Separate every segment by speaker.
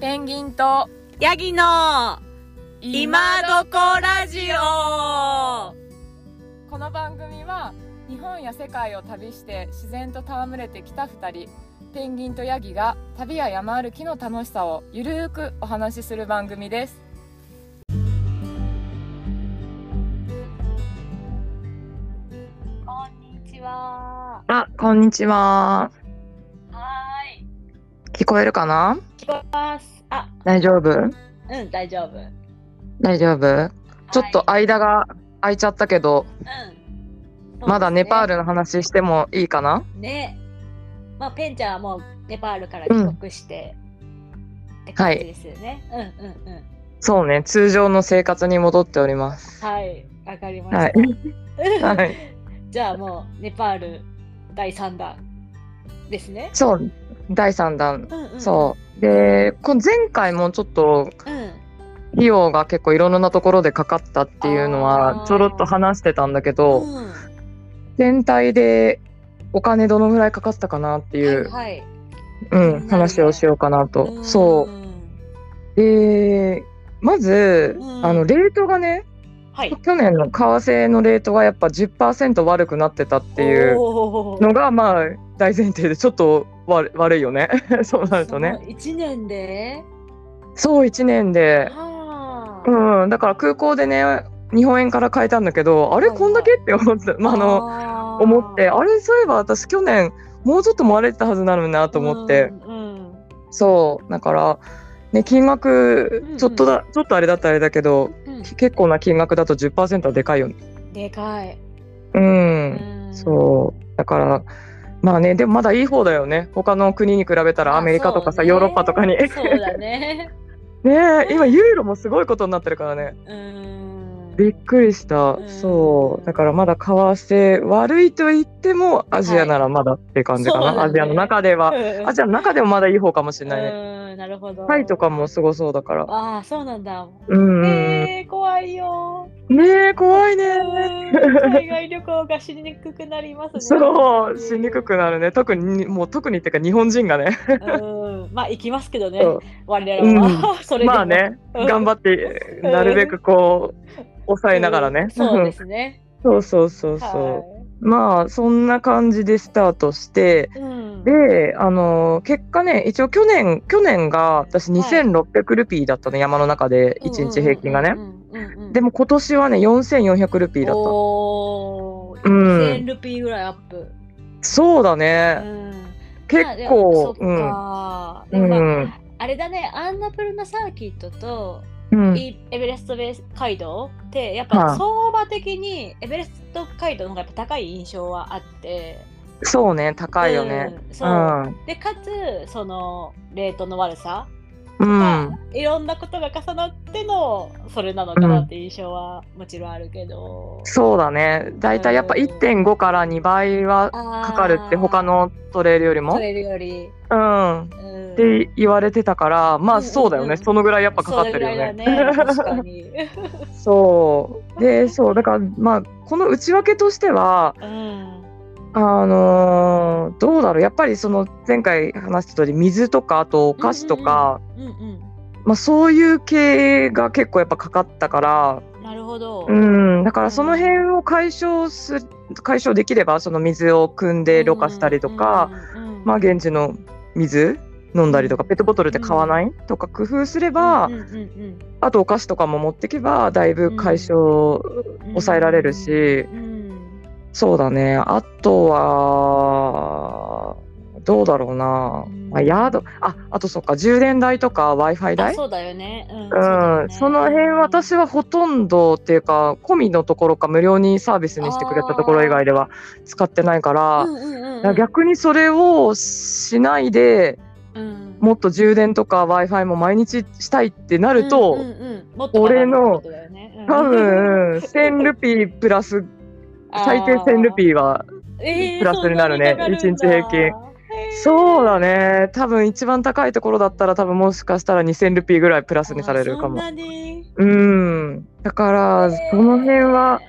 Speaker 1: ペンギンと
Speaker 2: ヤギの今
Speaker 1: ど
Speaker 2: どこラジオ
Speaker 1: この番組は日本や世界を旅して自然と戯れてきた2人ペンギンとヤギが旅や山歩きの楽しさをゆるーくお話しする番組です
Speaker 3: こんにちは。
Speaker 4: あ、こんにちは。
Speaker 3: はーい。
Speaker 4: 聞こえるかな
Speaker 3: 聞こえます。あ、
Speaker 4: 大丈夫
Speaker 3: うん、大丈夫。
Speaker 4: 大丈夫、ちょっと
Speaker 3: はい、
Speaker 4: 間が空いちゃったけど、
Speaker 3: うん。
Speaker 4: まだネパー
Speaker 3: ル。
Speaker 4: ルの話してもいいかな
Speaker 3: ね。まあ、ペンちゃんはもうネパールから帰国して。って感じですよね。うんうんうん。
Speaker 4: そうね、通常の生活に戻っております。
Speaker 3: はい、わかりま
Speaker 4: はい
Speaker 3: した。。
Speaker 4: はいい。
Speaker 3: じゃあもうネパール第三弾ですね。
Speaker 4: そう、第3弾。
Speaker 3: うんうん
Speaker 4: そう。で、この前回もちょっと
Speaker 3: う。うん。
Speaker 4: 費用が結構いろんなところでかかったっていうの
Speaker 3: あ
Speaker 4: は
Speaker 3: ー
Speaker 4: ちょろっと話してたんだけど、
Speaker 3: うん。
Speaker 4: 全体でお金どのぐらいかかったかなっていう、
Speaker 3: はい。
Speaker 4: うん、話をしようかなと。
Speaker 3: はい
Speaker 4: そう。
Speaker 3: ん
Speaker 4: でまず、
Speaker 3: うん
Speaker 4: あのレートがね
Speaker 3: はい。
Speaker 4: 去年の為替のレートがやっぱ10%悪くなってたっていう
Speaker 3: おー。
Speaker 4: のがまあ大前提でちょっと悪悪いよね そうなるとね
Speaker 3: その一年で。
Speaker 4: そう1年で、
Speaker 3: あー
Speaker 4: うん、だから空港でね日本円から変えたんだけどあれ
Speaker 3: はいはい
Speaker 4: こんだけって思って、まあ、あの
Speaker 3: の
Speaker 4: 思ってあれそういえば私去年もうちょっと回れてたはずなのになと思って、
Speaker 3: うん
Speaker 4: そうだから、ね、金額
Speaker 3: うんうん
Speaker 4: ちょっとだ、ちょっとあれだったらあれだけど
Speaker 3: うん
Speaker 4: 結構な金額だと10%はでかいよね。
Speaker 3: でかい、
Speaker 4: うん、
Speaker 3: うん
Speaker 4: そうだからまあねでもまだいい方だよね他の国に比べたらアメリカとかさ、
Speaker 3: あそうね
Speaker 4: ヨーロッパとかにね
Speaker 3: そうだね
Speaker 4: え今ユーロもすごいことになってるからね
Speaker 3: うん
Speaker 4: びっくりした、
Speaker 3: うん
Speaker 4: そうだからまだ為替悪いと言ってもアジアならまだって感じかな、
Speaker 3: はいそうだね
Speaker 4: アジアの中ではアジアの中でもまだいい方かもしれないね、
Speaker 3: うんなるほど
Speaker 4: タイとかもすごそうだから
Speaker 3: ああそうなんだ
Speaker 4: うん、
Speaker 3: えー、怖 いよ
Speaker 4: ねえ怖いね
Speaker 3: うん海外旅行がしにくくなりますね
Speaker 4: そうしにくくなるね特にもう特にっていうか日本人がね
Speaker 3: うんまあ行きますけどね
Speaker 4: そう
Speaker 3: 我々は、 それでも
Speaker 4: まあね、
Speaker 3: うん
Speaker 4: 頑張って、なるべくこう、抑えながらね
Speaker 3: うん。そうですね
Speaker 4: そうそうそうそう。
Speaker 3: は
Speaker 4: まあ、そんな感じでスタートして、
Speaker 3: いうん
Speaker 4: で、あのー結果ね、一応去年、去年が私2600ルピーだったね、山の中で、1日平均がね
Speaker 3: う。んうんうんうん
Speaker 4: でも今年はね、4400ルピーだっ
Speaker 3: おー
Speaker 4: た。うん。
Speaker 3: 1000ルピーぐらいアップ。
Speaker 4: そうだ
Speaker 3: う
Speaker 4: ね。
Speaker 3: ん、
Speaker 4: 結
Speaker 3: まあでも
Speaker 4: 構、
Speaker 3: そっ
Speaker 4: うん。
Speaker 3: か
Speaker 4: う
Speaker 3: でもまあ
Speaker 4: ん。
Speaker 3: あれだね、アンナプルナサーキットと、
Speaker 4: うん。
Speaker 3: イエベレストベース街道って、やっ
Speaker 4: は
Speaker 3: ぱ
Speaker 4: い
Speaker 3: 相場的にエベレスト街道の方がやっぱ高い印象はあって。
Speaker 4: そうね、高いよね。
Speaker 3: うん
Speaker 4: う
Speaker 3: そう、
Speaker 4: ん。
Speaker 3: で、かつ、その、レートの悪さ
Speaker 4: うん
Speaker 3: が、。いろんなことが重なっての、それなのかなって印象はもちろんあるけど。
Speaker 4: そうだね。だいたいやっぱ
Speaker 3: うん
Speaker 4: 1.5から2倍は
Speaker 3: か
Speaker 4: かかるって他のトレイルよりも
Speaker 3: 取、れるより。
Speaker 4: うん、っ
Speaker 3: うん
Speaker 4: て言われてたからまあ
Speaker 3: うんうんうん
Speaker 4: そうだよね、そのぐらいやっぱかかっ
Speaker 3: そ
Speaker 4: て
Speaker 3: れぐ
Speaker 4: る
Speaker 3: らい
Speaker 4: よ
Speaker 3: だ
Speaker 4: ね。
Speaker 3: ね。確かに。
Speaker 4: そうでそうだからまあこの内訳としては
Speaker 3: うん。
Speaker 4: あのーどうだろうやっぱりその前回話した通り水とかあとお菓子とか、
Speaker 3: うん
Speaker 4: まあ、そういう系が結構やっぱかかったから、
Speaker 3: うん。なるほど。
Speaker 4: うん、だからその辺を解消す解消できればその水を汲んでろ過したりとか。
Speaker 3: うんうんうんうん、
Speaker 4: まあ、現地の水飲んだりとかペットボトルで買わないとか工夫すれば、
Speaker 3: うんうん
Speaker 4: あとお菓子とかも持ってけばだいぶ解消
Speaker 3: うん
Speaker 4: 抑えられるし、、
Speaker 3: うん
Speaker 4: そうだねあとはどうだろうな、
Speaker 3: うん
Speaker 4: まあ、宿ああとそっか充電代とか w i f i
Speaker 3: あ
Speaker 4: 代
Speaker 3: そうだよね。うん。
Speaker 4: うん、その辺私はほとんどっていうか込みのところか無料にサービスにしてくれたところ以外では使ってないから,、
Speaker 3: うんうんうんうん
Speaker 4: 逆にそれをしないで
Speaker 3: うん
Speaker 4: もっと充電とか w i f i も毎日したいってなると、
Speaker 3: うんうんうんもっとかかるってことだよね、うん
Speaker 4: 多分、うん1000ルピープラ ス最低1000ルピーは
Speaker 3: あーえー
Speaker 4: プラスになるね
Speaker 3: そんにかかん
Speaker 4: 一
Speaker 3: だ
Speaker 4: 日平均
Speaker 3: へー
Speaker 4: そうだね多分一番高いところだったら多分もしかしたら2000ルピーぐらいプラスにされるかも
Speaker 3: あーそんなに
Speaker 4: うんだから
Speaker 3: へー
Speaker 4: その辺は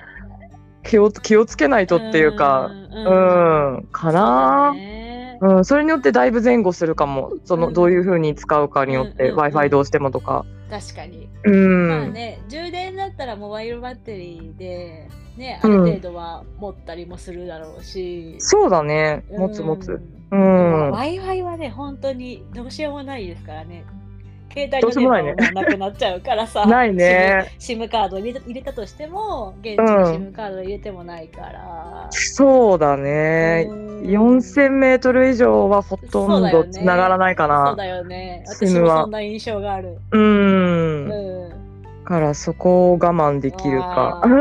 Speaker 4: 気を気をつけないとっていうか
Speaker 3: ん
Speaker 4: うん、かな
Speaker 3: そうだね
Speaker 4: うん、それによってだいぶ前後するかもそうの
Speaker 3: ん
Speaker 4: どういうふうに使うかによっ
Speaker 3: うん
Speaker 4: て
Speaker 3: うん
Speaker 4: w i f i どうしてもとか
Speaker 3: 確かに。
Speaker 4: う
Speaker 3: まあ
Speaker 4: ん、
Speaker 3: ね、充電だったらモバイルバッテリーで、ね、あ
Speaker 4: うん
Speaker 3: る程度は持ったりもするだろうし。
Speaker 4: そうだね
Speaker 3: うん
Speaker 4: 持つ持つ。う
Speaker 3: ま
Speaker 4: ん
Speaker 3: あ Wi-Fi はね、本当にどうしようもないですからね。携帯
Speaker 4: どうしようもないね
Speaker 3: の電波もなくなっちゃうから さ。
Speaker 4: ないね
Speaker 3: SIM。SIM カード入れた入れたとしても、現地の
Speaker 4: うん
Speaker 3: SIM カード入れてもないから。
Speaker 4: そうだね
Speaker 3: うんそ
Speaker 4: 4000m 以上はほとんどつながらないか
Speaker 3: う
Speaker 4: な
Speaker 3: だよね。私
Speaker 4: SIM
Speaker 3: も
Speaker 4: は
Speaker 3: そんな印象がある。
Speaker 4: うん
Speaker 3: う
Speaker 4: だ
Speaker 3: ん。
Speaker 4: からそこを我慢できるか
Speaker 3: あ
Speaker 4: う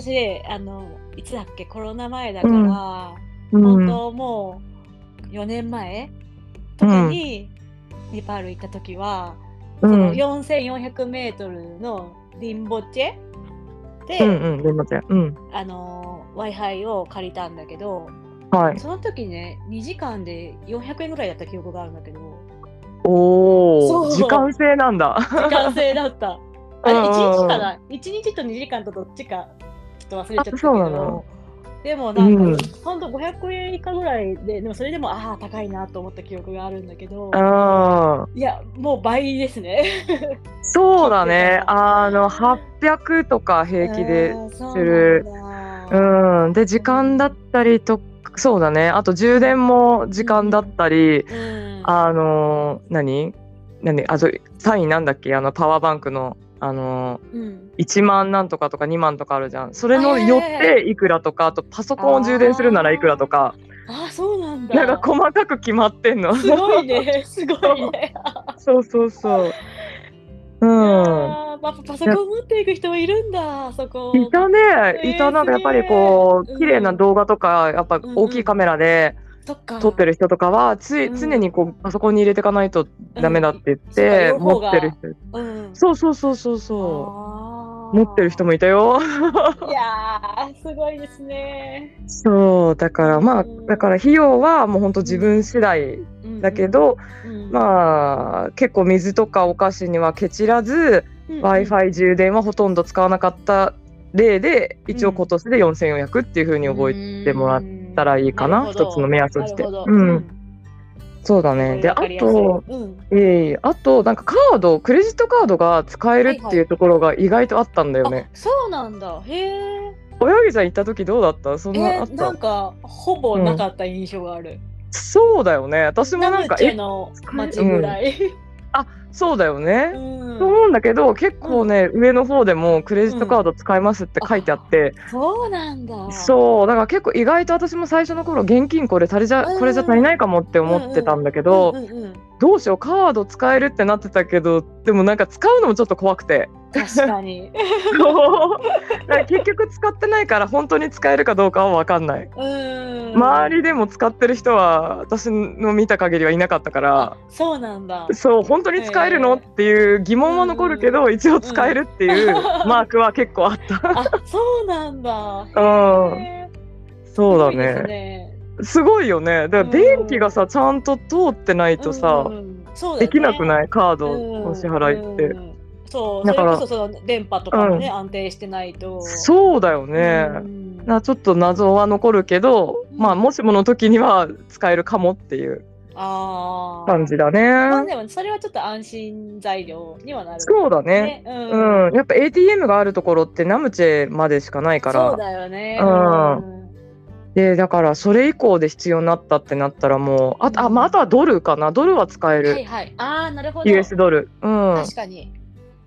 Speaker 3: 私、あの、いつだっけ、コロナ前だから、
Speaker 4: うん
Speaker 3: 本
Speaker 4: ん
Speaker 3: 当もう4年前とかに、ネパール行った時は、
Speaker 4: う
Speaker 3: そ
Speaker 4: ん
Speaker 3: の4400メートルのリンボチェで、
Speaker 4: うんうんでもちゃんうん
Speaker 3: あの Wi-Fi を借りたんだけど、
Speaker 4: はい
Speaker 3: その時ね、2時間で400円ぐらいだった記憶があるん だけど、
Speaker 4: お
Speaker 3: そ
Speaker 4: お
Speaker 3: う
Speaker 4: 時間制なんだ
Speaker 3: 時間制だった。あれ、
Speaker 4: うんうん
Speaker 3: 1日かな ?1 日と2時間とどっちか、ちょっと忘れちゃったけ
Speaker 4: あそうなの
Speaker 3: ど、でもなんか、
Speaker 4: うん
Speaker 3: ほんと500円以下ぐらいで、でもそれでも、ああ、高いなと思った記憶があるんだけど、
Speaker 4: ああ
Speaker 3: いや、もう倍ですね。
Speaker 4: そうだね。あの、800とか平気で。
Speaker 3: す
Speaker 4: する。うん。で、時間だったりと、そうだね。あと、充電も時間だったり、
Speaker 3: うん
Speaker 4: あの、何何あと、サインなんだっけあの、パワーバンクの、あの、
Speaker 3: うん
Speaker 4: 1万なんとかとか2万とかあるじゃん。それの
Speaker 3: はい
Speaker 4: よ
Speaker 3: は
Speaker 4: っ
Speaker 3: いはい
Speaker 4: ていくらとか、あと、パソコンを充電するならいくらとか、
Speaker 3: ああ、そうなんだ。
Speaker 4: なんか細かく決まってんの。
Speaker 3: すごいね、すごいね。
Speaker 4: そうそうそう。う
Speaker 3: いや
Speaker 4: ん。
Speaker 3: ーパパソコン持っていく人もいるんだ、そこ。
Speaker 4: いたね、
Speaker 3: え
Speaker 4: い
Speaker 3: ー
Speaker 4: たなんかやっぱり
Speaker 3: す
Speaker 4: こ
Speaker 3: げえう
Speaker 4: うん綺麗な動画とかやっぱ
Speaker 3: んうん
Speaker 4: 大きいカメラで
Speaker 3: そっか。
Speaker 4: 撮ってる人とかはつ
Speaker 3: う
Speaker 4: い
Speaker 3: ん
Speaker 4: 常にこうパソコンに入れていかないとダメだって言って
Speaker 3: うんそ
Speaker 4: 持
Speaker 3: うか
Speaker 4: ってる人
Speaker 3: うん。
Speaker 4: そうそうそうそうそ
Speaker 3: あ
Speaker 4: う
Speaker 3: ー
Speaker 4: 持ってる人もいたよ
Speaker 3: いやー、すごいですね。
Speaker 4: そうだからま
Speaker 3: う
Speaker 4: あ
Speaker 3: ん
Speaker 4: だから費用はもうほんと自分次第だけど
Speaker 3: うん、あ、
Speaker 4: まあ結構水とかお菓子にはケチらず w i f i 充電はほとんど使わなかった例で一応今年で4400っていうふうに覚えててもらったたらいいかな一つの目安としてうん、そうだねであと、
Speaker 3: うん、
Speaker 4: いえいえあとなんかカードクレジットカードが使えるっていうところが意外とあったんだよね
Speaker 3: あ、そうなんだ。へえ。
Speaker 4: 親指ちゃん行った時どうだったそん
Speaker 3: え
Speaker 4: なあっ
Speaker 3: ー、な
Speaker 4: た
Speaker 3: んかほぼなかった印象がある。
Speaker 4: そうだよね私もなんか
Speaker 3: ナムチェ
Speaker 4: え
Speaker 3: の街ぐらい。
Speaker 4: そうだよ
Speaker 3: う
Speaker 4: ね
Speaker 3: ん
Speaker 4: と思うんだけど結構ね上の方でもクレジットカード使えますって書いてあって
Speaker 3: そうなんだ。
Speaker 4: そうだから結構意外と私も最初の頃現金これ足りじゃ
Speaker 3: うん
Speaker 4: これじゃ足りないかもって思ってたんだけど
Speaker 3: うんうんうん
Speaker 4: どうしようカード使えるってなってたけどでもなんか使うのもちょっと怖くて
Speaker 3: 確かに。
Speaker 4: そうだから結局使ってないから本当に使えるかどうかは分かんない
Speaker 3: うん。
Speaker 4: 周りでも使ってる人は私の見た限りはいなかったから
Speaker 3: そうなんだ。
Speaker 4: そう本当に使える
Speaker 3: へ
Speaker 4: の
Speaker 3: え
Speaker 4: っていう疑問は残るけど一応使えるっていうマークは結構あっ
Speaker 3: あ、そうなんだ。
Speaker 4: たうん
Speaker 3: へー
Speaker 4: そうだ
Speaker 3: すごいです
Speaker 4: ね
Speaker 3: ね。
Speaker 4: すごいよねだから電気がさちゃんと通ってないとさ
Speaker 3: うんうんそうだよね
Speaker 4: できなくないカード
Speaker 3: うん
Speaker 4: の支払いって
Speaker 3: うんそう、
Speaker 4: だから
Speaker 3: それこそその電波とかもね、安定してないと。
Speaker 4: そうだよ
Speaker 3: う
Speaker 4: ね
Speaker 3: ん
Speaker 4: なちょっと謎は残るけど、
Speaker 3: うん
Speaker 4: まあもしもの時には使えるかもっていう
Speaker 3: ああ。
Speaker 4: 感じだ
Speaker 3: まあ
Speaker 4: ね。
Speaker 3: でもそれはちょっと安心材料にはなる。
Speaker 4: そうだね。
Speaker 3: う。
Speaker 4: うんん、やっぱ ATM があるところってナムチェまでしかないか
Speaker 3: そう
Speaker 4: ら
Speaker 3: だよね。
Speaker 4: うん
Speaker 3: うん
Speaker 4: でだからそれ以降で必要になったってなったらもうあとあ,、まあ、あとはドルかなドルは使える、
Speaker 3: はいはい。ああ、なるほど。
Speaker 4: US ドルうん
Speaker 3: 確かに。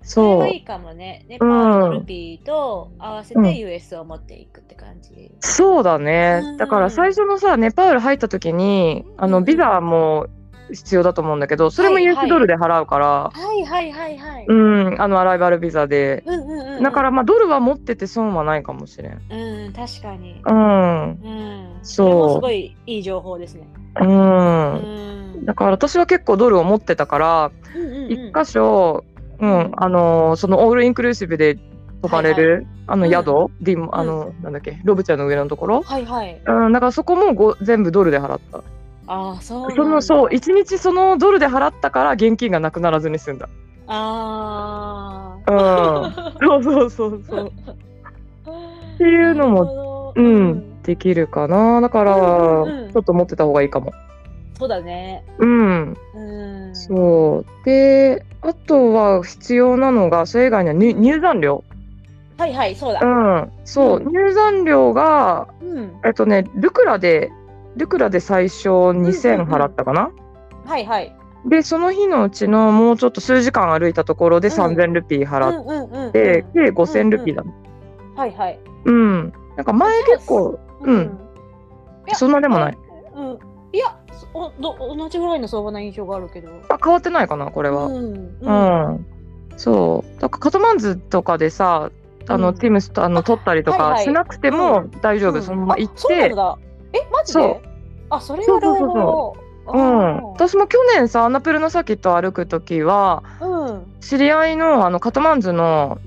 Speaker 3: それ
Speaker 4: そ
Speaker 3: は
Speaker 4: う
Speaker 3: いいかもね。ネパールのルピーと合わせ
Speaker 4: うん
Speaker 3: て US を持っていくって感じ。
Speaker 4: そうだね
Speaker 3: うん
Speaker 4: だから最初のさネパール入った時にあ
Speaker 3: う
Speaker 4: の
Speaker 3: ん
Speaker 4: ビザも必要だと思うんだけどそれも
Speaker 3: はいはい
Speaker 4: US ドルで払うから、
Speaker 3: はいはいはいはい。
Speaker 4: うんあのアライバルビザで
Speaker 3: うんうんうん。
Speaker 4: だから、まあドルは持ってて損はないかもしれん。
Speaker 3: うん、確かに。
Speaker 4: うん。
Speaker 3: うん。
Speaker 4: そう
Speaker 3: それもすごいいい情報ですね。
Speaker 4: う。
Speaker 3: うんん。
Speaker 4: だから私は結構ドルを持ってたから、一、箇所、うん、
Speaker 3: うん
Speaker 4: あのーそのオールインクルーシブで泊まれる、あの
Speaker 3: うん
Speaker 4: 宿、ディンあの、なんだっけ、ロブちゃんの上のところ。
Speaker 3: はいはい。
Speaker 4: うん、だからそこもご全部ドルで払った。
Speaker 3: ああ、そうなんだ。
Speaker 4: そのそう、一日そのドルで払ったから現金がなくならずに済んだ。
Speaker 3: あ
Speaker 4: うん。 そうそうそうそう。
Speaker 3: あ。って
Speaker 4: いうのも
Speaker 3: も
Speaker 4: うん。できるかな。だから、
Speaker 3: うんうんうん
Speaker 4: ちょっと持ってた方がいいかも。
Speaker 3: そうだね。
Speaker 4: うん、
Speaker 3: うん。
Speaker 4: そう。で、あとは必要なのが、それ以外には入入山料。
Speaker 3: はいはい、そうだ
Speaker 4: う。ん、そう、入山料が、
Speaker 3: うん。
Speaker 4: えっとね、ルクラで、ルクラで最初2000払ったかな、
Speaker 3: はいはい。
Speaker 4: で、その日のうちのもうちょっと数時間歩いたところで
Speaker 3: うん
Speaker 4: 3000ルピー払っ
Speaker 3: うんうんうんうん。
Speaker 4: て、計5000ルピーだね。
Speaker 3: はいはい。
Speaker 4: うん。なんか前結構、うん。
Speaker 3: いや
Speaker 4: そんなでもない。。
Speaker 3: うん。いや、そおど同じぐらいの相場な印象があるけど。
Speaker 4: あ、変わってないかな、これは。
Speaker 3: うん。
Speaker 4: う。ん。そう。だからカトマンズとかでさ、あの、
Speaker 3: うん
Speaker 4: ティムスとあの
Speaker 3: あ
Speaker 4: 撮ったりと
Speaker 3: はい
Speaker 4: か
Speaker 3: はい
Speaker 4: しなくて
Speaker 3: う
Speaker 4: も大丈夫、そのまま行っ
Speaker 3: あそうなん
Speaker 4: て。
Speaker 3: だ。え、マジ
Speaker 4: そう
Speaker 3: であ、それは
Speaker 4: そうそうそう
Speaker 3: そ
Speaker 4: うん、私も去年さアナプルのサーキット歩く時は
Speaker 3: うん。
Speaker 4: 知り合いのあのカトマンズの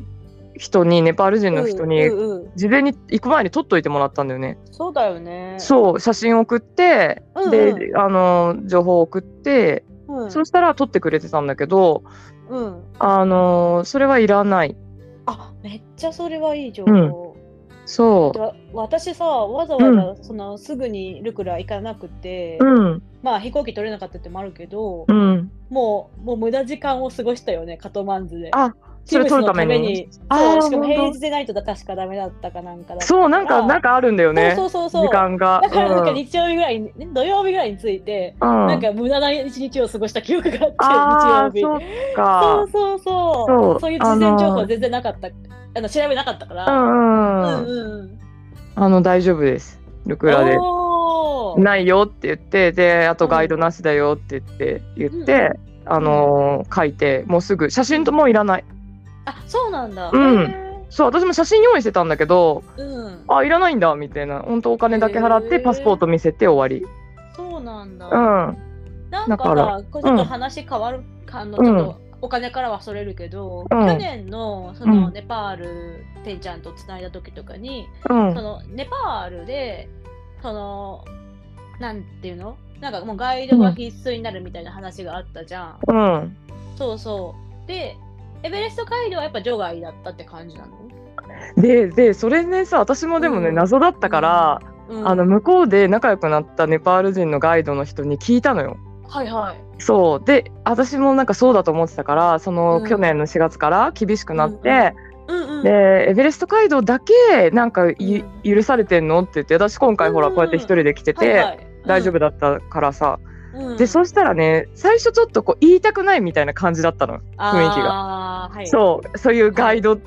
Speaker 4: 人にネパール人の人に
Speaker 3: うんうんうん
Speaker 4: 事前に行く前に撮っといてもらったんだよね。
Speaker 3: そうだよね。
Speaker 4: そう写真送って、
Speaker 3: うんうん
Speaker 4: であの情報送って、
Speaker 3: うん。
Speaker 4: そしたら撮ってくれてたんだけど
Speaker 3: うん。
Speaker 4: あのそれはいらない。
Speaker 3: あ、めっちゃそれはいい情
Speaker 4: うん
Speaker 3: 報。
Speaker 4: そ
Speaker 3: わ私さわざわざそのすぐにルクラ行かなくて、
Speaker 4: う。うん
Speaker 3: まあ飛行機取れなかったってのもあるけど、
Speaker 4: うん。
Speaker 3: もうもう無駄時間を過ごしたよねカトマンズで。
Speaker 4: あそれ撮るために。
Speaker 3: ティムスのため
Speaker 4: ー
Speaker 3: にそうしかも
Speaker 4: 本当
Speaker 3: 平日でないとだ確かダメだったかなんかだった
Speaker 4: そうなんかなん
Speaker 3: か
Speaker 4: かあるんだよ
Speaker 3: ら
Speaker 4: ね
Speaker 3: そうそうそうそう
Speaker 4: 時間が。
Speaker 3: だからなんか
Speaker 4: うん
Speaker 3: 日曜日ぐらいに、ね、土曜日ぐらいに着いて、
Speaker 4: うん
Speaker 3: なんか無駄な一日を過ごした記憶があ
Speaker 4: あ
Speaker 3: っ
Speaker 4: ー
Speaker 3: て日
Speaker 4: そ
Speaker 3: 曜
Speaker 4: っ
Speaker 3: 日。
Speaker 4: か
Speaker 3: そう。そうそう
Speaker 4: そ
Speaker 3: そうういう事前情
Speaker 4: あの
Speaker 3: 報
Speaker 4: ー
Speaker 3: 全然なかったあの調べなかったか
Speaker 4: う
Speaker 3: ら。
Speaker 4: んうん。
Speaker 3: うんうん。
Speaker 4: あの大丈夫です。ルクラで
Speaker 3: おー
Speaker 4: ないよって言ってであとガイドなしだよって言って言って、あのー書いてもうすぐ写真ともういらない。
Speaker 3: あそうなんだ。
Speaker 4: うん
Speaker 3: へー
Speaker 4: そう私も写真用意してたんだけど
Speaker 3: うん、
Speaker 4: あいらないんだみたいな本当お金だけ払っ
Speaker 3: へ
Speaker 4: て
Speaker 3: ー
Speaker 4: パスポート見せて終わり。
Speaker 3: そうなんだ。
Speaker 4: うん
Speaker 3: なん
Speaker 4: だ
Speaker 3: か
Speaker 4: か
Speaker 3: さ
Speaker 4: ら、
Speaker 3: これちょっと話変わる、あの
Speaker 4: うん
Speaker 3: ちょっとお金からはそれるけど、
Speaker 4: うん
Speaker 3: 去年のその
Speaker 4: うん
Speaker 3: ネパール、てんちゃんとつないだ時とかに、
Speaker 4: うん
Speaker 3: そのネパールで、その、なんていうのなんかもうガイドが必須になるみたいな話があったじゃん。
Speaker 4: うん。
Speaker 3: そうそう。で、エベレストガイドはやっぱ除外だったって感じなの、
Speaker 4: ででそれねさ私もでもね、
Speaker 3: うん
Speaker 4: 謎だったから、
Speaker 3: うん、
Speaker 4: あの向こうで仲良くなったネパール人のガイドの人に聞いたのよ。
Speaker 3: はいはい。
Speaker 4: そうで私もなんかそうだと思ってたからその、
Speaker 3: うん
Speaker 4: 去年の4月から厳しくなって、
Speaker 3: うんうん。
Speaker 4: でエベレスト街道だけなんかゆ
Speaker 3: う
Speaker 4: 許されてんのって言って私今回ほら
Speaker 3: うん
Speaker 4: こうやって一人で来てて、
Speaker 3: はいはい、
Speaker 4: 大丈夫だったからさ、
Speaker 3: うん、うん
Speaker 4: でそしたらね最初ちょっとこう言いたくないみたいな感じだったの、雰囲気
Speaker 3: が。はい、
Speaker 4: そうそういうガイド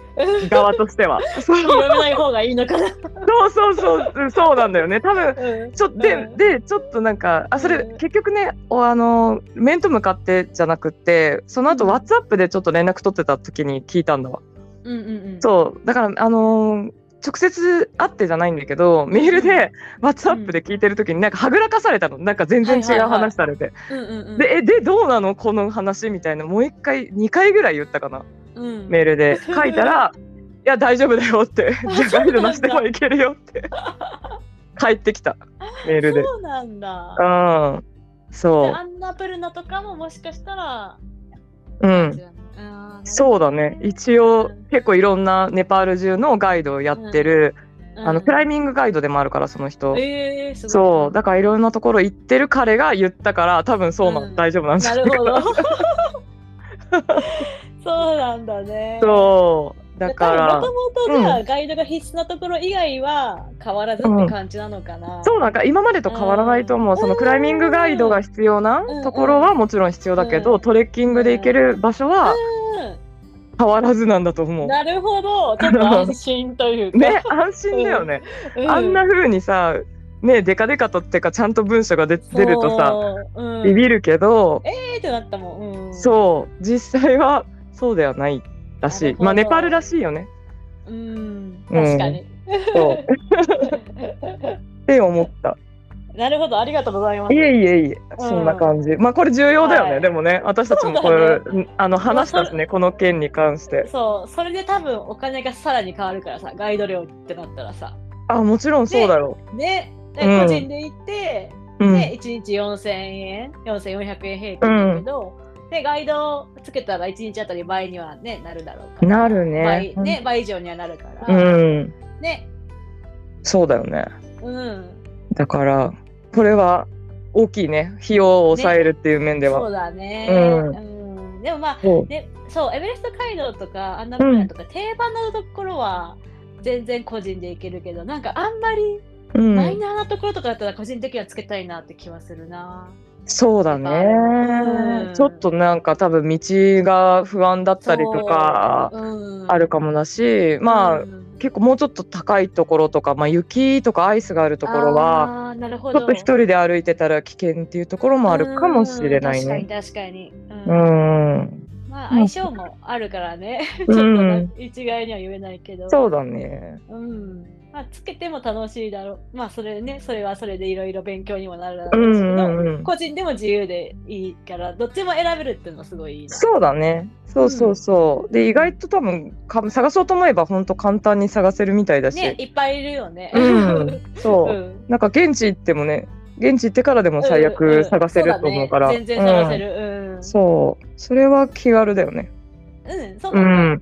Speaker 3: 広
Speaker 4: 側として は、そう
Speaker 3: めない方がいいのかな。
Speaker 4: そうそうそうそうなんだよね多分ちょで、
Speaker 3: うん
Speaker 4: でちょっとなんかあそれ、
Speaker 3: うん
Speaker 4: 結局ねおあの面と向かってじゃなくってその後、
Speaker 3: うん
Speaker 4: WhatsApp でちょっと連絡取ってた時に聞いたんだわ
Speaker 3: うんうんうん。
Speaker 4: そうだからあのー直接会ってじゃないんだけどメールで WhatsApp で聞いてる時になんかはぐらかされたのなんか全然
Speaker 3: はいは
Speaker 4: 違
Speaker 3: いうはい
Speaker 4: 話されて、
Speaker 3: うんうんうん。
Speaker 4: でえでどうなのこの話みたいなもう一回2回ぐらい言ったかな
Speaker 3: うん、
Speaker 4: メール で書いたら「いや大丈夫だよ」って「
Speaker 3: あ
Speaker 4: じゃあガ
Speaker 3: そうなんだ
Speaker 4: イドなしでもいけるよ」って帰ってきたメールで。
Speaker 3: そうなんだ。
Speaker 4: うん。
Speaker 3: で
Speaker 4: そ
Speaker 3: アンナプルナとかももしかしたら。
Speaker 4: う。う
Speaker 3: あー
Speaker 4: ん。
Speaker 3: なるほど
Speaker 4: そうだね。一応
Speaker 3: うん
Speaker 4: 結構いろんなネパール中のガイドをやってる、あのクライ
Speaker 3: ミ
Speaker 4: ミングガイドでもあるからその人。
Speaker 3: えー、すごい。
Speaker 4: そう。だからいろんなところ行ってる彼が言ったから多分そうな、
Speaker 3: うん
Speaker 4: ん、大丈夫なんじゃ
Speaker 3: な
Speaker 4: ない
Speaker 3: る
Speaker 4: か
Speaker 3: ほ
Speaker 4: な。
Speaker 3: ど。そうなんだね。
Speaker 4: そう。だから
Speaker 3: もと。もとじゃあ、ガイドが必須なところ以外は変わらずって感じなのかな。
Speaker 4: そうなんか今までと変わらないと思う、
Speaker 3: うん
Speaker 4: そのクライミングガイドが必要な
Speaker 3: うん
Speaker 4: ところはもちろん必要だけど、
Speaker 3: うん
Speaker 4: トレッキングで行ける場所は変わらずなんだと思
Speaker 3: うん
Speaker 4: う。
Speaker 3: なるほど。ちょっと安心とい うか。
Speaker 4: ね安心だよね。
Speaker 3: う
Speaker 4: あんな風にさ、ね、デカデカとってかちゃんと文章が出出るとさ、
Speaker 3: そう、うん、
Speaker 4: ビビるけど、
Speaker 3: えーってなったもん。うん、
Speaker 4: そう実際はそうではないらし
Speaker 3: ないる。ほど
Speaker 4: まあネパールらしいよね。
Speaker 3: う。うん、確かに。
Speaker 4: そうっ て思った。
Speaker 3: なるほど、ありがとうございます。
Speaker 4: いえいえいえ、
Speaker 3: うん
Speaker 4: そんな感じ。まあこれ重要だよね。
Speaker 3: はい
Speaker 4: でもね私たちもこ
Speaker 3: そう
Speaker 4: れ、あの話したしねこの件に関して。
Speaker 3: そう、それで多分お金がさらに変わるからさ、ガイド料ってなったらさ。
Speaker 4: あもちろんそうだろ
Speaker 3: ね、で
Speaker 4: うん
Speaker 3: 個人で行って、
Speaker 4: う。うん、
Speaker 3: ね、1日4000円、4400円平均だけど、で、ガイドつけたら1日あたり倍にはね、なるだろうから。
Speaker 4: なるね
Speaker 3: 倍ね、倍以上にはなるから。
Speaker 4: うん、
Speaker 3: ね、
Speaker 4: そうだよね。
Speaker 3: うん。
Speaker 4: だからこれは大きいね費用を抑えるっていう面で
Speaker 3: そ
Speaker 4: は、
Speaker 3: うだね、
Speaker 4: う
Speaker 3: うんでもまあ
Speaker 4: そう
Speaker 3: でそうエベレスト街道とかアンナプラとか、定番のところは全然個人で行けるけどなんかあんまり
Speaker 4: うん
Speaker 3: マイナーなところとかだったら個人的にはつけたいなって気はするな。
Speaker 4: そうだね、
Speaker 3: うん
Speaker 4: ちょっとなんか多分道が不安だったりとか
Speaker 3: そう、うん
Speaker 4: あるかもだし、まあ、
Speaker 3: うん
Speaker 4: 結構もうちょっと高いところとか、まあ、雪とかアイスがあるところは
Speaker 3: あーなるほ
Speaker 4: ち
Speaker 3: ど
Speaker 4: ょっと一人で歩いてたら危険っていうところもあるかもしれない
Speaker 3: うん
Speaker 4: ね。
Speaker 3: 確かに確かに。
Speaker 4: う
Speaker 3: うん
Speaker 4: ん、
Speaker 3: まあ相性もあるからね。 ちょっと
Speaker 4: うん
Speaker 3: 一概には言えないけど。
Speaker 4: そうだね。
Speaker 3: うん。まあつけても楽しいだろう。まあそれね、それはそれでいろいろ勉強にもなるだ
Speaker 4: う
Speaker 3: ろ
Speaker 4: ん
Speaker 3: う
Speaker 4: う
Speaker 3: しけど、
Speaker 4: んうん、
Speaker 3: 個人でも自由でいいから、どっちも選べるっていうのはすごいいいな。
Speaker 4: そうだね。そうそうそう。で意外と多分か探そうと思えば本当簡単に探せるみたいだし。
Speaker 3: ね、いっぱいいるよね。
Speaker 4: うん、そう、
Speaker 3: ん
Speaker 4: なんか現地行ってもね現地行ってからでも最
Speaker 3: うんうん
Speaker 4: 悪探せると思うから、
Speaker 3: そだね全然探せる。う
Speaker 4: うん
Speaker 3: ん。
Speaker 4: そうそれは気軽だよね。
Speaker 3: うん、そう
Speaker 4: う
Speaker 3: だね
Speaker 4: ん、
Speaker 3: うん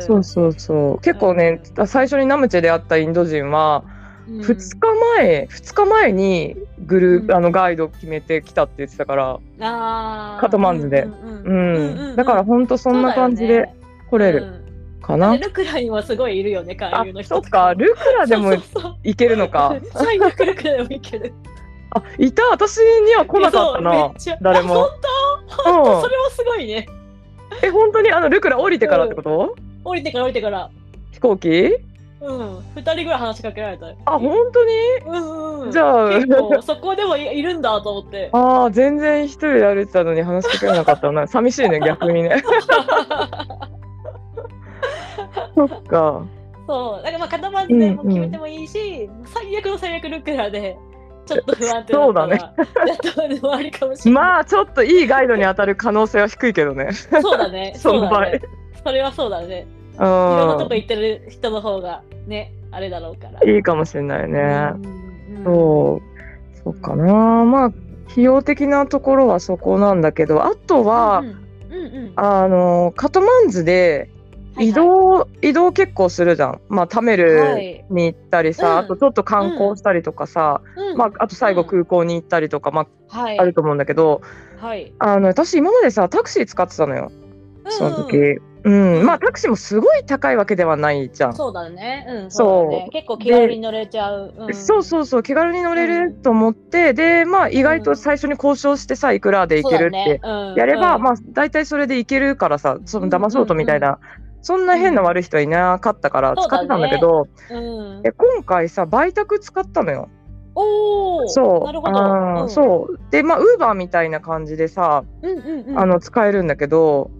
Speaker 4: そうそうそう結構ね、最初にナムチェで会ったインド人は
Speaker 3: うん
Speaker 4: 2日前、2日前にグループ、
Speaker 3: うん
Speaker 4: あのガイド決めてきたって言ってたから、
Speaker 3: あー
Speaker 4: カトマンズで
Speaker 3: うん
Speaker 4: う
Speaker 3: うん
Speaker 4: ん
Speaker 3: うんうん
Speaker 4: だからほんとそんな感じで来れるか
Speaker 3: そうだ
Speaker 4: な。
Speaker 3: よねうんでルクラにはすごいいるよね、
Speaker 4: あ
Speaker 3: 勧誘の人
Speaker 4: そっかルクラでも
Speaker 3: そうそうそう
Speaker 4: 行けるのか。
Speaker 3: そういうルクラでもいける。
Speaker 4: あいた私には来なかった
Speaker 3: そう
Speaker 4: な
Speaker 3: めっちゃ
Speaker 4: 誰も
Speaker 3: あ本当本
Speaker 4: うん
Speaker 3: 当それはすごいね。
Speaker 4: え本当にあのルクラ降りてからってこと、
Speaker 3: 降りてから降りてから。
Speaker 4: 飛行機
Speaker 3: うん、二人ぐらい話しかけられたよ。
Speaker 4: あ本当に
Speaker 3: うんうん。
Speaker 4: じゃあ
Speaker 3: 結構そこでもいいるんだと思って。
Speaker 4: ああ、全然一人で歩いてたのに話しかけなかったな。寂しい ね、逆にね。そっか。
Speaker 3: そう、だからまあ、固まっても決めてもいいし、最悪の最悪ルックラで、ちょっと不安定だった ら、やったのありかもしれない。
Speaker 4: まあ、ちょっといいガイドに当たる可能性は低いけどね。
Speaker 3: そうだね、
Speaker 4: そ
Speaker 3: そう
Speaker 4: の
Speaker 3: だ
Speaker 4: 場合
Speaker 3: ね。それはそうだね。
Speaker 4: う
Speaker 3: いろんなとこ
Speaker 4: ん。
Speaker 3: 行ってる人の方が、ね、あれだろうから。
Speaker 4: いいかもしれないね。
Speaker 3: うん
Speaker 4: そう。そうかな。まあ、費用的なところはそこなんだけど、あとは
Speaker 3: うん、うんうん
Speaker 4: あの、カトマンズで
Speaker 3: はいはい
Speaker 4: 移動、移動結構するじゃん。まあ、タメ
Speaker 3: は
Speaker 4: ル
Speaker 3: い
Speaker 4: に行ったり
Speaker 3: うん
Speaker 4: さ、あとちょっと観光したりとかさ、
Speaker 3: うん
Speaker 4: まあ、あと最後空港に行ったりとか、ま
Speaker 3: はい
Speaker 4: あ、あると思うんだけど、
Speaker 3: はい
Speaker 4: あの私今までさタクシー使ってたのよその時、うん
Speaker 3: うん
Speaker 4: まあタクシーもすごい高いわけではないじゃん、
Speaker 3: そうだね。うん、
Speaker 4: そう
Speaker 3: そうだね。結構気軽に乗れちゃう。ん
Speaker 4: そうそうそう気軽に乗れると思って、でまあ意外と最初に交渉してさいくらで行けるってやれば、まあ大体それで行けるからさその騙そうとみたいな、そんな変な悪い人はいなかったから
Speaker 3: うん
Speaker 4: 使ってたんだけど、
Speaker 3: あ、うん
Speaker 4: え今回さ売託使ったのよ
Speaker 3: おお、
Speaker 4: そう
Speaker 3: なるほど。
Speaker 4: あー
Speaker 3: うん
Speaker 4: そうでまあウーバーみたいな感じでさ、
Speaker 3: うんうんうん
Speaker 4: あの使えるんだけど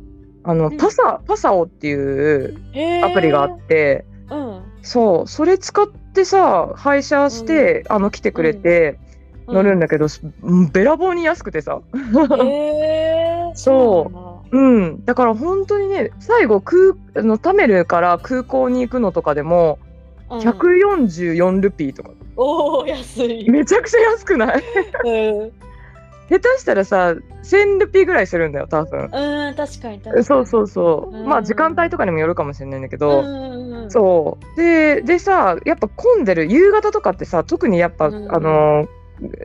Speaker 4: あの、
Speaker 3: うん
Speaker 4: パサパサオっていうアプリがあっ、て、
Speaker 3: へーうん
Speaker 4: そうそれ使ってさ配車して、あの来てくれて
Speaker 3: うん、
Speaker 4: 乗るんだけど、うんべらぼうに安くてさ、
Speaker 3: へー
Speaker 4: そう
Speaker 3: そ
Speaker 4: うん、だから本当にね最後空あのタメルから空港に行くのとかでも
Speaker 3: うなんだ。うん
Speaker 4: 144ルピーとか、
Speaker 3: おお、安い。
Speaker 4: めちゃくちゃ安くない
Speaker 3: うん、う
Speaker 4: 下手したらさ1000ルピーぐらいするんだよ多分
Speaker 3: ん、確かに確かに。
Speaker 4: そうそうそう、
Speaker 3: うん
Speaker 4: まあ時間帯とかにもよるかもしれないんだけ
Speaker 3: う
Speaker 4: ど、
Speaker 3: んうんうん。う。
Speaker 4: そうででさやっぱ混んでる夕方とかってさ特にやっぱ、
Speaker 3: うん
Speaker 4: あの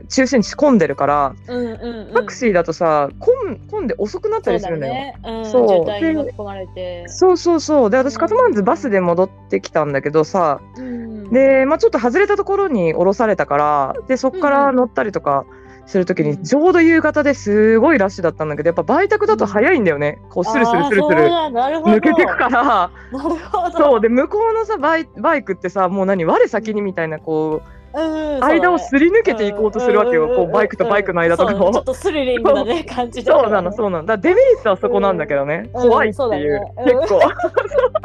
Speaker 4: 中心地混んでるから
Speaker 3: うんうんうん。
Speaker 4: タクシーだとさ混ん混んで遅くなった
Speaker 3: そう
Speaker 4: りす
Speaker 3: だ
Speaker 4: るのよ。
Speaker 3: ね。うん、
Speaker 4: そう
Speaker 3: 渋滞に巻き込まれて。
Speaker 4: そうそうそうで私
Speaker 3: うん
Speaker 4: カトマンズバスで戻ってきたんだけどさ
Speaker 3: うん、
Speaker 4: で、まあ、ちょっと外れたところに降ろされたからでそこか
Speaker 3: うん
Speaker 4: ら
Speaker 3: うん
Speaker 4: 乗ったりとかするとき
Speaker 3: う
Speaker 4: に
Speaker 3: ん
Speaker 4: ちょうど夕方ですごいラッシュだったんだけどやっぱ売宅だと早いんだよねこうスルスルスルス
Speaker 3: あーそう
Speaker 4: ル
Speaker 3: なんだなるほど。
Speaker 4: 抜けてくから
Speaker 3: なるほど。
Speaker 4: そうで向こうのさバイバイクってさもう何我先にみたいなこう
Speaker 3: うん うん、
Speaker 4: 間をすり抜けていこうとするわけよ、
Speaker 3: んん
Speaker 4: こ
Speaker 3: ん
Speaker 4: うバイクとバイクの間とか
Speaker 3: そうちょ
Speaker 4: を
Speaker 3: っ。とスリリングなね、感じだよね
Speaker 4: そうなの、そうなの。だからデメリットはそこなんだけどね、
Speaker 3: うん
Speaker 4: 怖いっていう、
Speaker 3: うん
Speaker 4: 結構。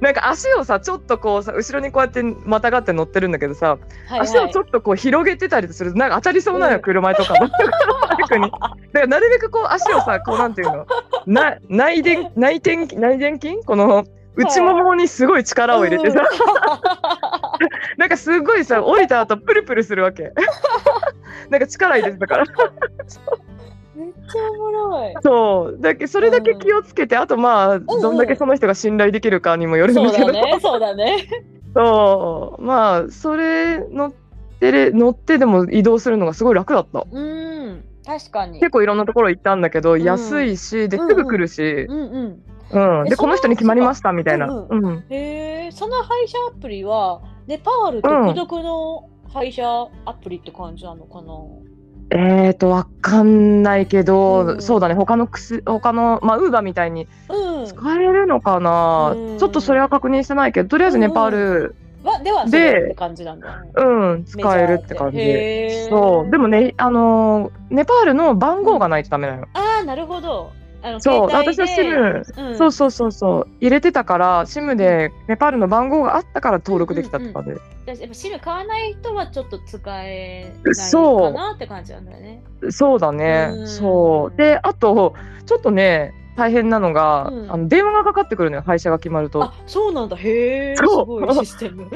Speaker 4: なんか足をさ、ちょっとこうさ、後ろにこうやってまたがって乗ってるんだけどさ、
Speaker 3: はいはい
Speaker 4: 足をちょっとこう広げてたりすると、なんか当たりそうなのよ、
Speaker 3: うん
Speaker 4: 車とかの バイクに。だからなるべくこう足をさ、こうなんていうの、な内転内転内転筋この内ももにすごい力を入れてさ、なんかすごいさ降りた後プルプルするわ けなんか力入れてたから
Speaker 3: めっちゃおもろい。
Speaker 4: そうだけそれだけ気をつけて、あとまあどんだけその人が信頼できるかにもよるん
Speaker 3: そ
Speaker 4: だ
Speaker 3: う
Speaker 4: けど
Speaker 3: だね、そうだね。
Speaker 4: そうまあそれ乗っってれ乗ってでも移動するのがすごい楽だった。
Speaker 3: うん確かに
Speaker 4: 結構いろんなところ行ったんだけど、
Speaker 3: ん
Speaker 4: 安いしですぐ来るし、
Speaker 3: うんうん
Speaker 4: うん
Speaker 3: え
Speaker 4: で
Speaker 3: そ
Speaker 4: こ
Speaker 3: の
Speaker 4: の人に決まりましたみたいな、
Speaker 3: うん
Speaker 4: うん
Speaker 3: へえその配車アプリはネパール独特の配車アプリって感じなのかな、
Speaker 4: えーとわかんないけど、
Speaker 3: うん
Speaker 4: そうだね他のくす他のまあウーバーみたいに
Speaker 3: うん
Speaker 4: 使えるのかな、
Speaker 3: うん
Speaker 4: ちょっとそれは確認してないけどとりあえずネパール、
Speaker 3: はではそれって感じなんだ
Speaker 4: うん使えるって感
Speaker 3: メジ
Speaker 4: じ。
Speaker 3: ャーってへー
Speaker 4: そうでもねあのーネパールの番号がないとダメなの。
Speaker 3: ああなるほどあの
Speaker 4: そう
Speaker 3: 携帯
Speaker 4: 私の
Speaker 3: で
Speaker 4: SIM、
Speaker 3: うん
Speaker 4: そうそうそうそう入れてたから SIM でネパールの番号があったから登録できたとかで、
Speaker 3: だしやっぱシム買わない人はちょっと使えない
Speaker 4: そ
Speaker 3: か
Speaker 4: う
Speaker 3: なって感じなんだよね。
Speaker 4: そうだね、
Speaker 3: うん
Speaker 4: そうであとちょっとね大変なのが、
Speaker 3: うん
Speaker 4: あの電話がかかってくるのよ配車が決まると
Speaker 3: あそうなんだへえす
Speaker 4: そう
Speaker 3: ごいシステム。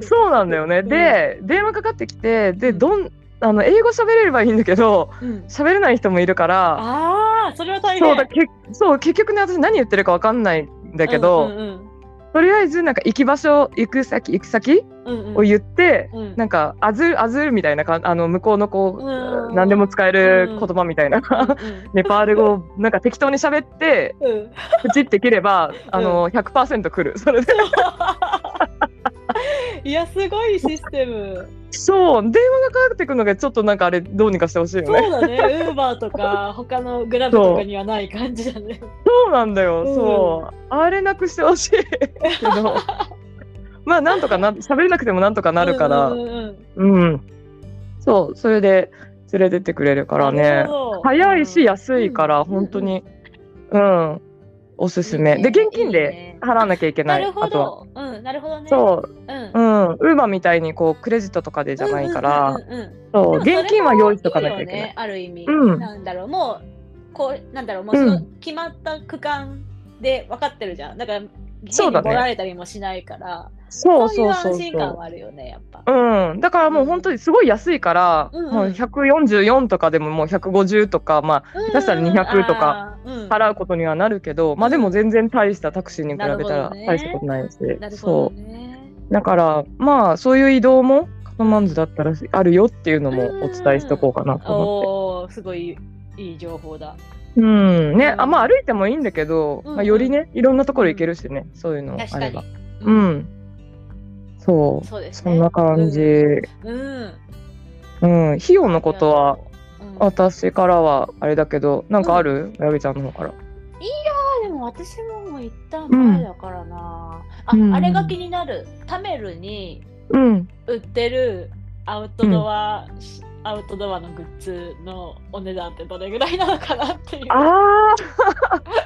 Speaker 4: そうなんだよね、
Speaker 3: うん
Speaker 4: で電話かかってきてで
Speaker 3: うん
Speaker 4: どんあの英語喋れればいいんだけど
Speaker 3: うん、
Speaker 4: 喋れない人もいるから
Speaker 3: ああそれは大変
Speaker 4: そうだけそう結局ね私何言ってるかわかんないんだけど、
Speaker 3: うんうん
Speaker 4: とりあえずなんか行き場所行く先行く先
Speaker 3: うんうんうん
Speaker 4: を言って、
Speaker 3: うん
Speaker 4: なんかアズールアズールみたいなかあの向こうのこう、
Speaker 3: うん
Speaker 4: 何でも使える言葉みたいな、
Speaker 3: う
Speaker 4: ネパール語をなんか適当に喋って
Speaker 3: んうんうん
Speaker 4: プチって切ればあの100%来るそれで
Speaker 3: いやすごいシステム。
Speaker 4: そう電話がかかってくるのがちょっとなんかあれどうにかしてほしいよ
Speaker 3: そう
Speaker 4: ね
Speaker 3: だね、ウーバーとか他のグラブとかにはない感じだね。
Speaker 4: そうなんだよ、
Speaker 3: うん
Speaker 4: そうあれなくしてほしいけど まあなんとかな喋れなくてもなんとかなるから
Speaker 3: うんうんうん
Speaker 4: うんそうそれで連れてってくれるから
Speaker 3: な
Speaker 4: ね
Speaker 3: るほど
Speaker 4: 早いし安いか
Speaker 3: う
Speaker 4: ら
Speaker 3: ん
Speaker 4: 本当にうんおすすめ
Speaker 3: いい
Speaker 4: で
Speaker 3: ね
Speaker 4: 現金で
Speaker 3: ね
Speaker 4: 払わなきゃいけ
Speaker 3: な
Speaker 4: ない
Speaker 3: るほ
Speaker 4: あとは
Speaker 3: ど。うん、なるほどね。
Speaker 4: そう
Speaker 3: うん。
Speaker 4: うん、ウーバーみたいにこうクレジットとかでじゃないから、
Speaker 3: うんうんうんうん
Speaker 4: そう
Speaker 3: でも
Speaker 4: 現金は用意しとかなきゃい
Speaker 3: そ
Speaker 4: け
Speaker 3: れも
Speaker 4: ない
Speaker 3: よね。ある意味、
Speaker 4: うん
Speaker 3: なんだろう、もう、こう、なんだろう、もう
Speaker 4: う
Speaker 3: そ
Speaker 4: ん
Speaker 3: の決まった区間で分かってるじゃん。だから、変
Speaker 4: そう
Speaker 3: に
Speaker 4: だね
Speaker 3: 来られたりもしないから、
Speaker 4: そう
Speaker 3: そうい
Speaker 4: そううそうそ
Speaker 3: 安心感は
Speaker 4: う。
Speaker 3: あるよね、やっぱ。
Speaker 4: うん、だからもう本当にすごい安いから、
Speaker 3: うんうん
Speaker 4: もう144とかでももう150とかま
Speaker 3: うん
Speaker 4: 下手したら200とか、あ
Speaker 3: うん
Speaker 4: 払うことにはなるけど、まあでも全然大したタクシーに比べた
Speaker 3: なる
Speaker 4: ら
Speaker 3: ほどね
Speaker 4: 大したことないし、
Speaker 3: なるほど
Speaker 4: そ
Speaker 3: ね。
Speaker 4: うだからまあそういう移動もカトマンズだったらあるよっていうのもお伝えしとこうかなと思って。
Speaker 3: おお、すごいいい情報だ。
Speaker 4: うんね、
Speaker 3: うん
Speaker 4: あまあ歩いてもいいんだけど、
Speaker 3: うんうん
Speaker 4: まあ、よりねいろんなところ行けるしね、そういうの
Speaker 3: 確
Speaker 4: あ
Speaker 3: か
Speaker 4: れ
Speaker 3: に
Speaker 4: ば。。うん、そう
Speaker 3: そうです
Speaker 4: そ
Speaker 3: ね。
Speaker 4: んな感じ、
Speaker 3: うん。
Speaker 4: うん費用のことは
Speaker 3: うんあ
Speaker 4: 私からはあれだけどなんかある、やべちゃんの方から
Speaker 3: でも私ももう一旦前だからな、
Speaker 4: うんうん
Speaker 3: ああれが気になるタメルに
Speaker 4: うん
Speaker 3: 売ってるアウトドア、アウトドアのグッズのお値段ってどれぐらいなのかなっていう
Speaker 4: あ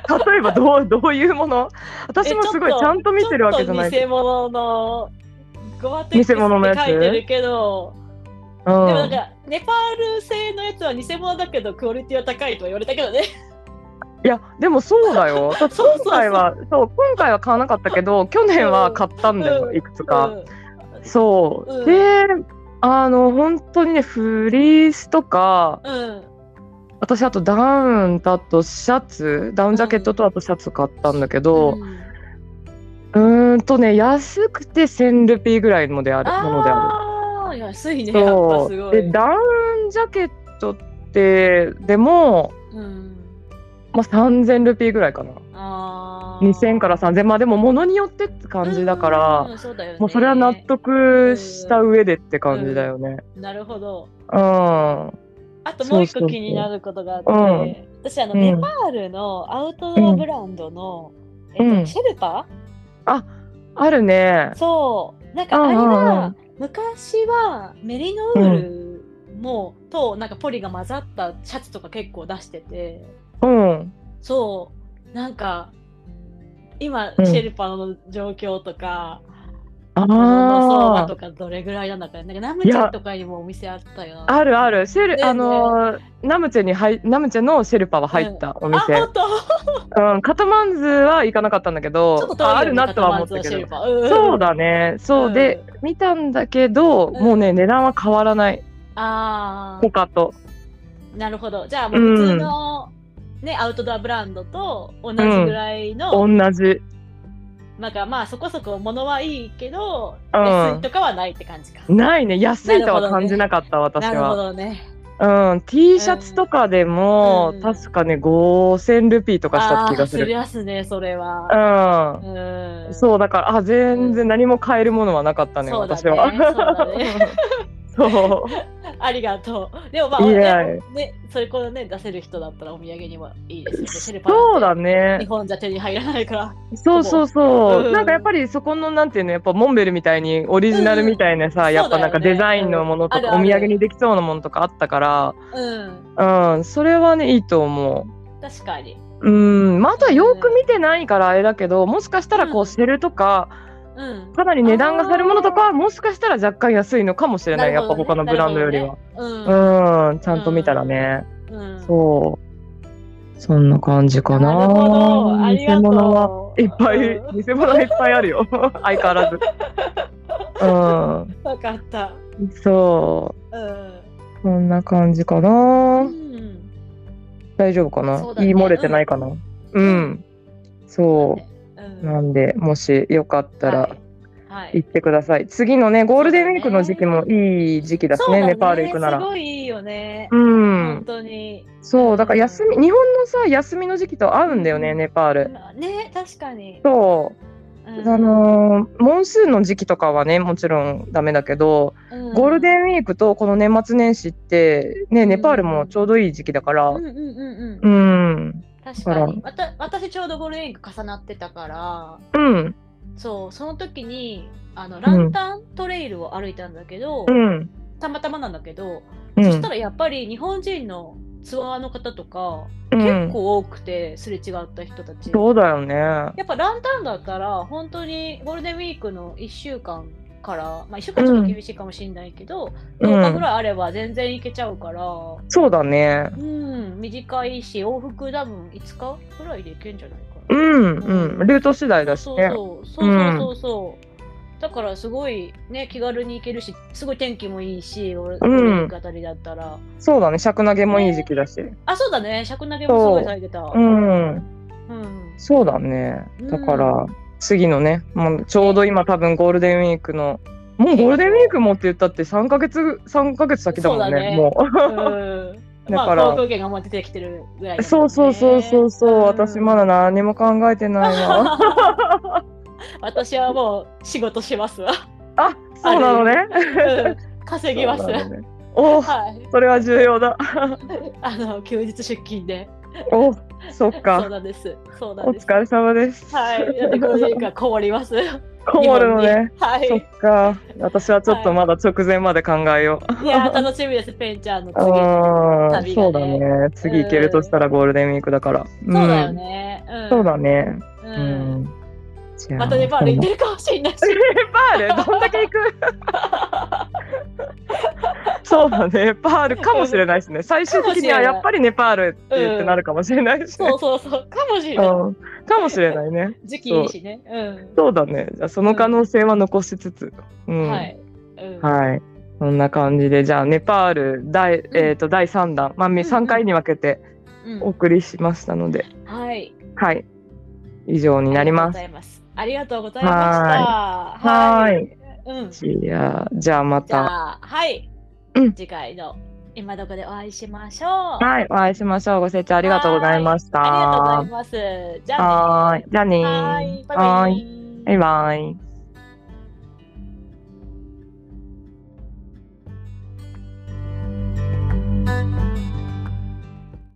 Speaker 4: ー 例えばどうどういうもの私もすごいちゃんと見てるわけじゃない
Speaker 3: けど偽物のゴマテックス
Speaker 4: 偽
Speaker 3: って
Speaker 4: 物のやつ
Speaker 3: 書いてるけど
Speaker 4: う
Speaker 3: で
Speaker 4: ん
Speaker 3: もなんかネパール製のやつは偽物だけどクオリティは高いとは言われたけどね
Speaker 4: いやでもそうだ よ
Speaker 3: そうそう
Speaker 4: 今回はそう今回は買わなかったけど去年は買ったんだよ、
Speaker 3: うん
Speaker 4: いくつか、
Speaker 3: うん
Speaker 4: そう、
Speaker 3: うん
Speaker 4: であの本当にねフリースとか
Speaker 3: うん
Speaker 4: 私あとダウンとあとシャツダウンジャケットとあとシャツ買ったんだけど、
Speaker 3: うん
Speaker 4: うーんとね安くて1000ルピーぐらいのであるものであ
Speaker 3: あー安いね
Speaker 4: る。
Speaker 3: やっぱすごい
Speaker 4: でダウンジャケットってでも、
Speaker 3: うん
Speaker 4: まあ、3000ルピーぐらいかな
Speaker 3: あー
Speaker 4: 2000から3000まあでも物によってって感じだから、
Speaker 3: うんそうだよね
Speaker 4: もうそれは納得した上でって感じだよね。
Speaker 3: なるほど
Speaker 4: うん、
Speaker 3: あ
Speaker 4: そう
Speaker 3: ともう一
Speaker 4: そうそ
Speaker 3: 個
Speaker 4: う
Speaker 3: 気になることがあって私あの、
Speaker 4: うん
Speaker 3: ネパールのアウトドアブランドの、
Speaker 4: うん
Speaker 3: えっ
Speaker 4: う
Speaker 3: と、
Speaker 4: ん
Speaker 3: シェルパ、
Speaker 4: あるね。
Speaker 3: そうなんかあれ
Speaker 4: うんうんう
Speaker 3: が
Speaker 4: ん
Speaker 3: 昔はメリノウールも、となんかポリが混ざったシャツとか結構出してて
Speaker 4: うん
Speaker 3: そうなんか今、
Speaker 4: うん
Speaker 3: シェルパの状況とか物の相場
Speaker 4: あ
Speaker 3: と
Speaker 4: ー
Speaker 3: かどれぐらいなんだか、なんかナムチェとかにもお店あったよ。
Speaker 4: あるあるシェル、
Speaker 3: ね
Speaker 4: あのーナムチェに入ナムチェのシェルパは入ったお
Speaker 3: あ、
Speaker 4: 店、
Speaker 3: 本当。ち
Speaker 4: うん、カトマンズは行かなかったんだけど
Speaker 3: ょっと遠いよね
Speaker 4: ああるなとは思った
Speaker 3: 片
Speaker 4: け
Speaker 3: 松のシェ
Speaker 4: ど
Speaker 3: ルパうん
Speaker 4: そうだねそう、
Speaker 3: うん
Speaker 4: で見たんだけど、もうね値段は変わらない
Speaker 3: あ
Speaker 4: 他と
Speaker 3: あ、なるほど。じゃあもう普通の、ねアウトドアブランドと同じぐらいの
Speaker 4: 同じ
Speaker 3: なんかまあそこそこ物はいいけど、
Speaker 4: うん
Speaker 3: 安いとかはないって感じか。
Speaker 4: ないね安いとは感じなかった、私
Speaker 3: なるほ
Speaker 4: は、
Speaker 3: どね。
Speaker 4: うん、T シャツとかでも、
Speaker 3: うん
Speaker 4: 確かね5000ルピーとかした気がす
Speaker 3: あーすり
Speaker 4: る
Speaker 3: やすね、それは。
Speaker 4: うん
Speaker 3: うん
Speaker 4: そうだからあ全然何も買えるものはなかったね、
Speaker 3: そうだね
Speaker 4: 私は。
Speaker 3: そうだ
Speaker 4: そう
Speaker 3: ありがとう。でもまあ、
Speaker 4: いや
Speaker 3: ね、ねそれこそね、出せる人だったらお土産にもいいですよね。シェルパ
Speaker 4: そう
Speaker 3: な
Speaker 4: だ
Speaker 3: んて日
Speaker 4: ね。
Speaker 3: 本じゃ手に入らないから。
Speaker 4: そうそうそう。
Speaker 3: うん
Speaker 4: なんかやっぱりそこのなんていうのやっぱモンベルみたいにオリジナルみたいなさ、
Speaker 3: うん
Speaker 4: やっぱなんか
Speaker 3: そうだ
Speaker 4: デ
Speaker 3: よね
Speaker 4: ザインのものと
Speaker 3: うん
Speaker 4: か、
Speaker 3: あるある
Speaker 4: お土産にできそうなものとかあったか
Speaker 3: うん、
Speaker 4: ら、うんそれはねいいと思
Speaker 3: 確かに。
Speaker 4: う。うんまあ、あとはよく見てないからあれだけどもしかしたらこ
Speaker 3: う
Speaker 4: うんシェルとか
Speaker 3: うん。
Speaker 4: かなり値段がするものとかはもしかしたら若干安いのかもしれない、
Speaker 3: な
Speaker 4: や
Speaker 3: る
Speaker 4: っ
Speaker 3: ほ
Speaker 4: ぱ
Speaker 3: ど
Speaker 4: 他の
Speaker 3: ね
Speaker 4: ブランドよりは、
Speaker 3: うん。
Speaker 4: うんちゃんと見たらね、
Speaker 3: うん。
Speaker 4: そう。そんな感じかな。
Speaker 3: なるほど。ありが
Speaker 4: 偽物は
Speaker 3: とう。
Speaker 4: いっぱい、
Speaker 3: うん
Speaker 4: 偽物はいっぱいある よ。相変わらず。
Speaker 3: わかった。
Speaker 4: うん。そう。
Speaker 3: うん。
Speaker 4: こんな感じかな。
Speaker 3: うん
Speaker 4: 大丈夫かな、
Speaker 3: そうだね
Speaker 4: 言い漏れてないかな。うん。そ
Speaker 3: うん
Speaker 4: う。なんで、もしよかったら
Speaker 3: はいはい
Speaker 4: 行ってください。次のね、ゴールデンウィークの時期もいい時期だし
Speaker 3: そう
Speaker 4: ね、
Speaker 3: だね
Speaker 4: ネパール行くな
Speaker 3: す
Speaker 4: ら。
Speaker 3: ごいいいよね。
Speaker 4: う
Speaker 3: 本
Speaker 4: ん。
Speaker 3: 当に。
Speaker 4: そう、だから休み、日本のさ、休みの時期と合うんだよね、ネパール。
Speaker 3: ね、確かに。
Speaker 4: そう。
Speaker 3: あ
Speaker 4: あのーモンスーンの時期とかはねもちろんダメだけど、ゴールデンウィークとこの年末年始って、ね
Speaker 3: うん
Speaker 4: ネパールもちょうどいい時期だから、
Speaker 3: う
Speaker 4: うんん
Speaker 3: うんうん
Speaker 4: う
Speaker 3: うん。
Speaker 4: ん、
Speaker 3: 確かに。わた私ちょうどゴールデンウィーク重なってたから、
Speaker 4: うん
Speaker 3: そう、その時に、あの、ランタントレイルを歩いたんだけど
Speaker 4: う、ん
Speaker 3: たまたまなんだけど、
Speaker 4: う
Speaker 3: そ
Speaker 4: ん
Speaker 3: したらやっぱり日本人のツアーの方とか、
Speaker 4: うん
Speaker 3: 結構多くて、すれ違った人たち。
Speaker 4: そうだよね。
Speaker 3: やっぱランタンだったら、本当にゴールデンウィークの1週間から、まあ1週間ちょっと厳しいかもしれないけど、
Speaker 4: うん
Speaker 3: 10日ぐらいあれば全然行けちゃうから、
Speaker 4: そうだね。
Speaker 3: うん、短いし、往復多分5日ぐらいで行けんじゃないか
Speaker 4: う
Speaker 3: な。
Speaker 4: んうんルート次第だし
Speaker 3: そう
Speaker 4: ね。
Speaker 3: そうそうそうそうそう。だからすごいね、気軽に行けるし、すごい天気もいいし、俺、
Speaker 4: うん
Speaker 3: うん、あたりだったら。
Speaker 4: そうだね尺投げもいい時期だし。
Speaker 3: あ、そうだね、尺投げもすごいされてた。
Speaker 4: う。ん
Speaker 3: うん。
Speaker 4: そうだね
Speaker 3: うん。
Speaker 4: だから、次のねもうちょうど今多分ゴールデンウィークのもうゴールデンウィークもって言ったって3ヶ月3ヶ月先だもん
Speaker 3: そうだね
Speaker 4: ねもう。
Speaker 3: うんま
Speaker 4: だ
Speaker 3: あ、
Speaker 4: から
Speaker 3: 航空券がもう出てきてるぐらいだもんね、
Speaker 4: そうそうそうそうそう、私まだ
Speaker 3: な。
Speaker 4: 何も考えてないわ。
Speaker 3: 私はもう仕事 しますわ。
Speaker 4: あ、そうなのね。
Speaker 3: うん稼ぎます。
Speaker 4: そうなのねお、
Speaker 3: はい。
Speaker 4: それは重要だ。
Speaker 3: あの休日出勤で。
Speaker 4: お、そっ
Speaker 3: そう
Speaker 4: か。
Speaker 3: なんです。そうな
Speaker 4: お
Speaker 3: んです。
Speaker 4: 疲れ様です。
Speaker 3: はい。だってこの時間困ります。
Speaker 4: こもるのね。
Speaker 3: 日本に。
Speaker 4: そ
Speaker 3: は
Speaker 4: っか。私はちょっとまだ直前まで考えよう。
Speaker 3: い。いやー、楽しみです、ペンちゃんの次。
Speaker 4: ああ、
Speaker 3: 旅がね
Speaker 4: そうだね。次行けるとしたらゴールデンウィークだから。
Speaker 3: そうだよ。ね。うん。
Speaker 4: そうだね。う
Speaker 3: う。
Speaker 4: んん。じゃあ
Speaker 3: またネパール行ってるかもしれないし。
Speaker 4: ネパールどんだけ行 くそうだねネパールかもしれないですね最終的にはやっぱりネパールって言ってなるかもしれないし、ね
Speaker 3: そうそうそう。かもしれ
Speaker 4: う
Speaker 3: ない。
Speaker 4: んかもしれないね
Speaker 3: 時期いいしね。うん。
Speaker 4: そうだねじゃあその可能性は残しつつ、うん
Speaker 3: は
Speaker 4: はい、
Speaker 3: い。うん
Speaker 4: そんな感じでじゃあネパール第,、えー、と第3弾、まあ、
Speaker 3: んうん
Speaker 4: 3回に分けて
Speaker 3: うん
Speaker 4: お送りしましたので、
Speaker 3: はい。
Speaker 4: はい以上になります
Speaker 3: ありがとうございます。ありがとうございました。
Speaker 4: はい
Speaker 3: い。うん。じ
Speaker 4: いやーじゃあまた
Speaker 3: ゃあ、はい。
Speaker 4: うん
Speaker 3: 次回の今どこでお会いしましょう。あ
Speaker 4: はいお会いしましょうご清聴ありがとうございました
Speaker 3: りがとうございます。じゃあね、
Speaker 4: はーい。じゃあねー。
Speaker 3: はい。バイ
Speaker 4: は
Speaker 3: バ
Speaker 4: ーい
Speaker 3: イ。
Speaker 4: バイバイ。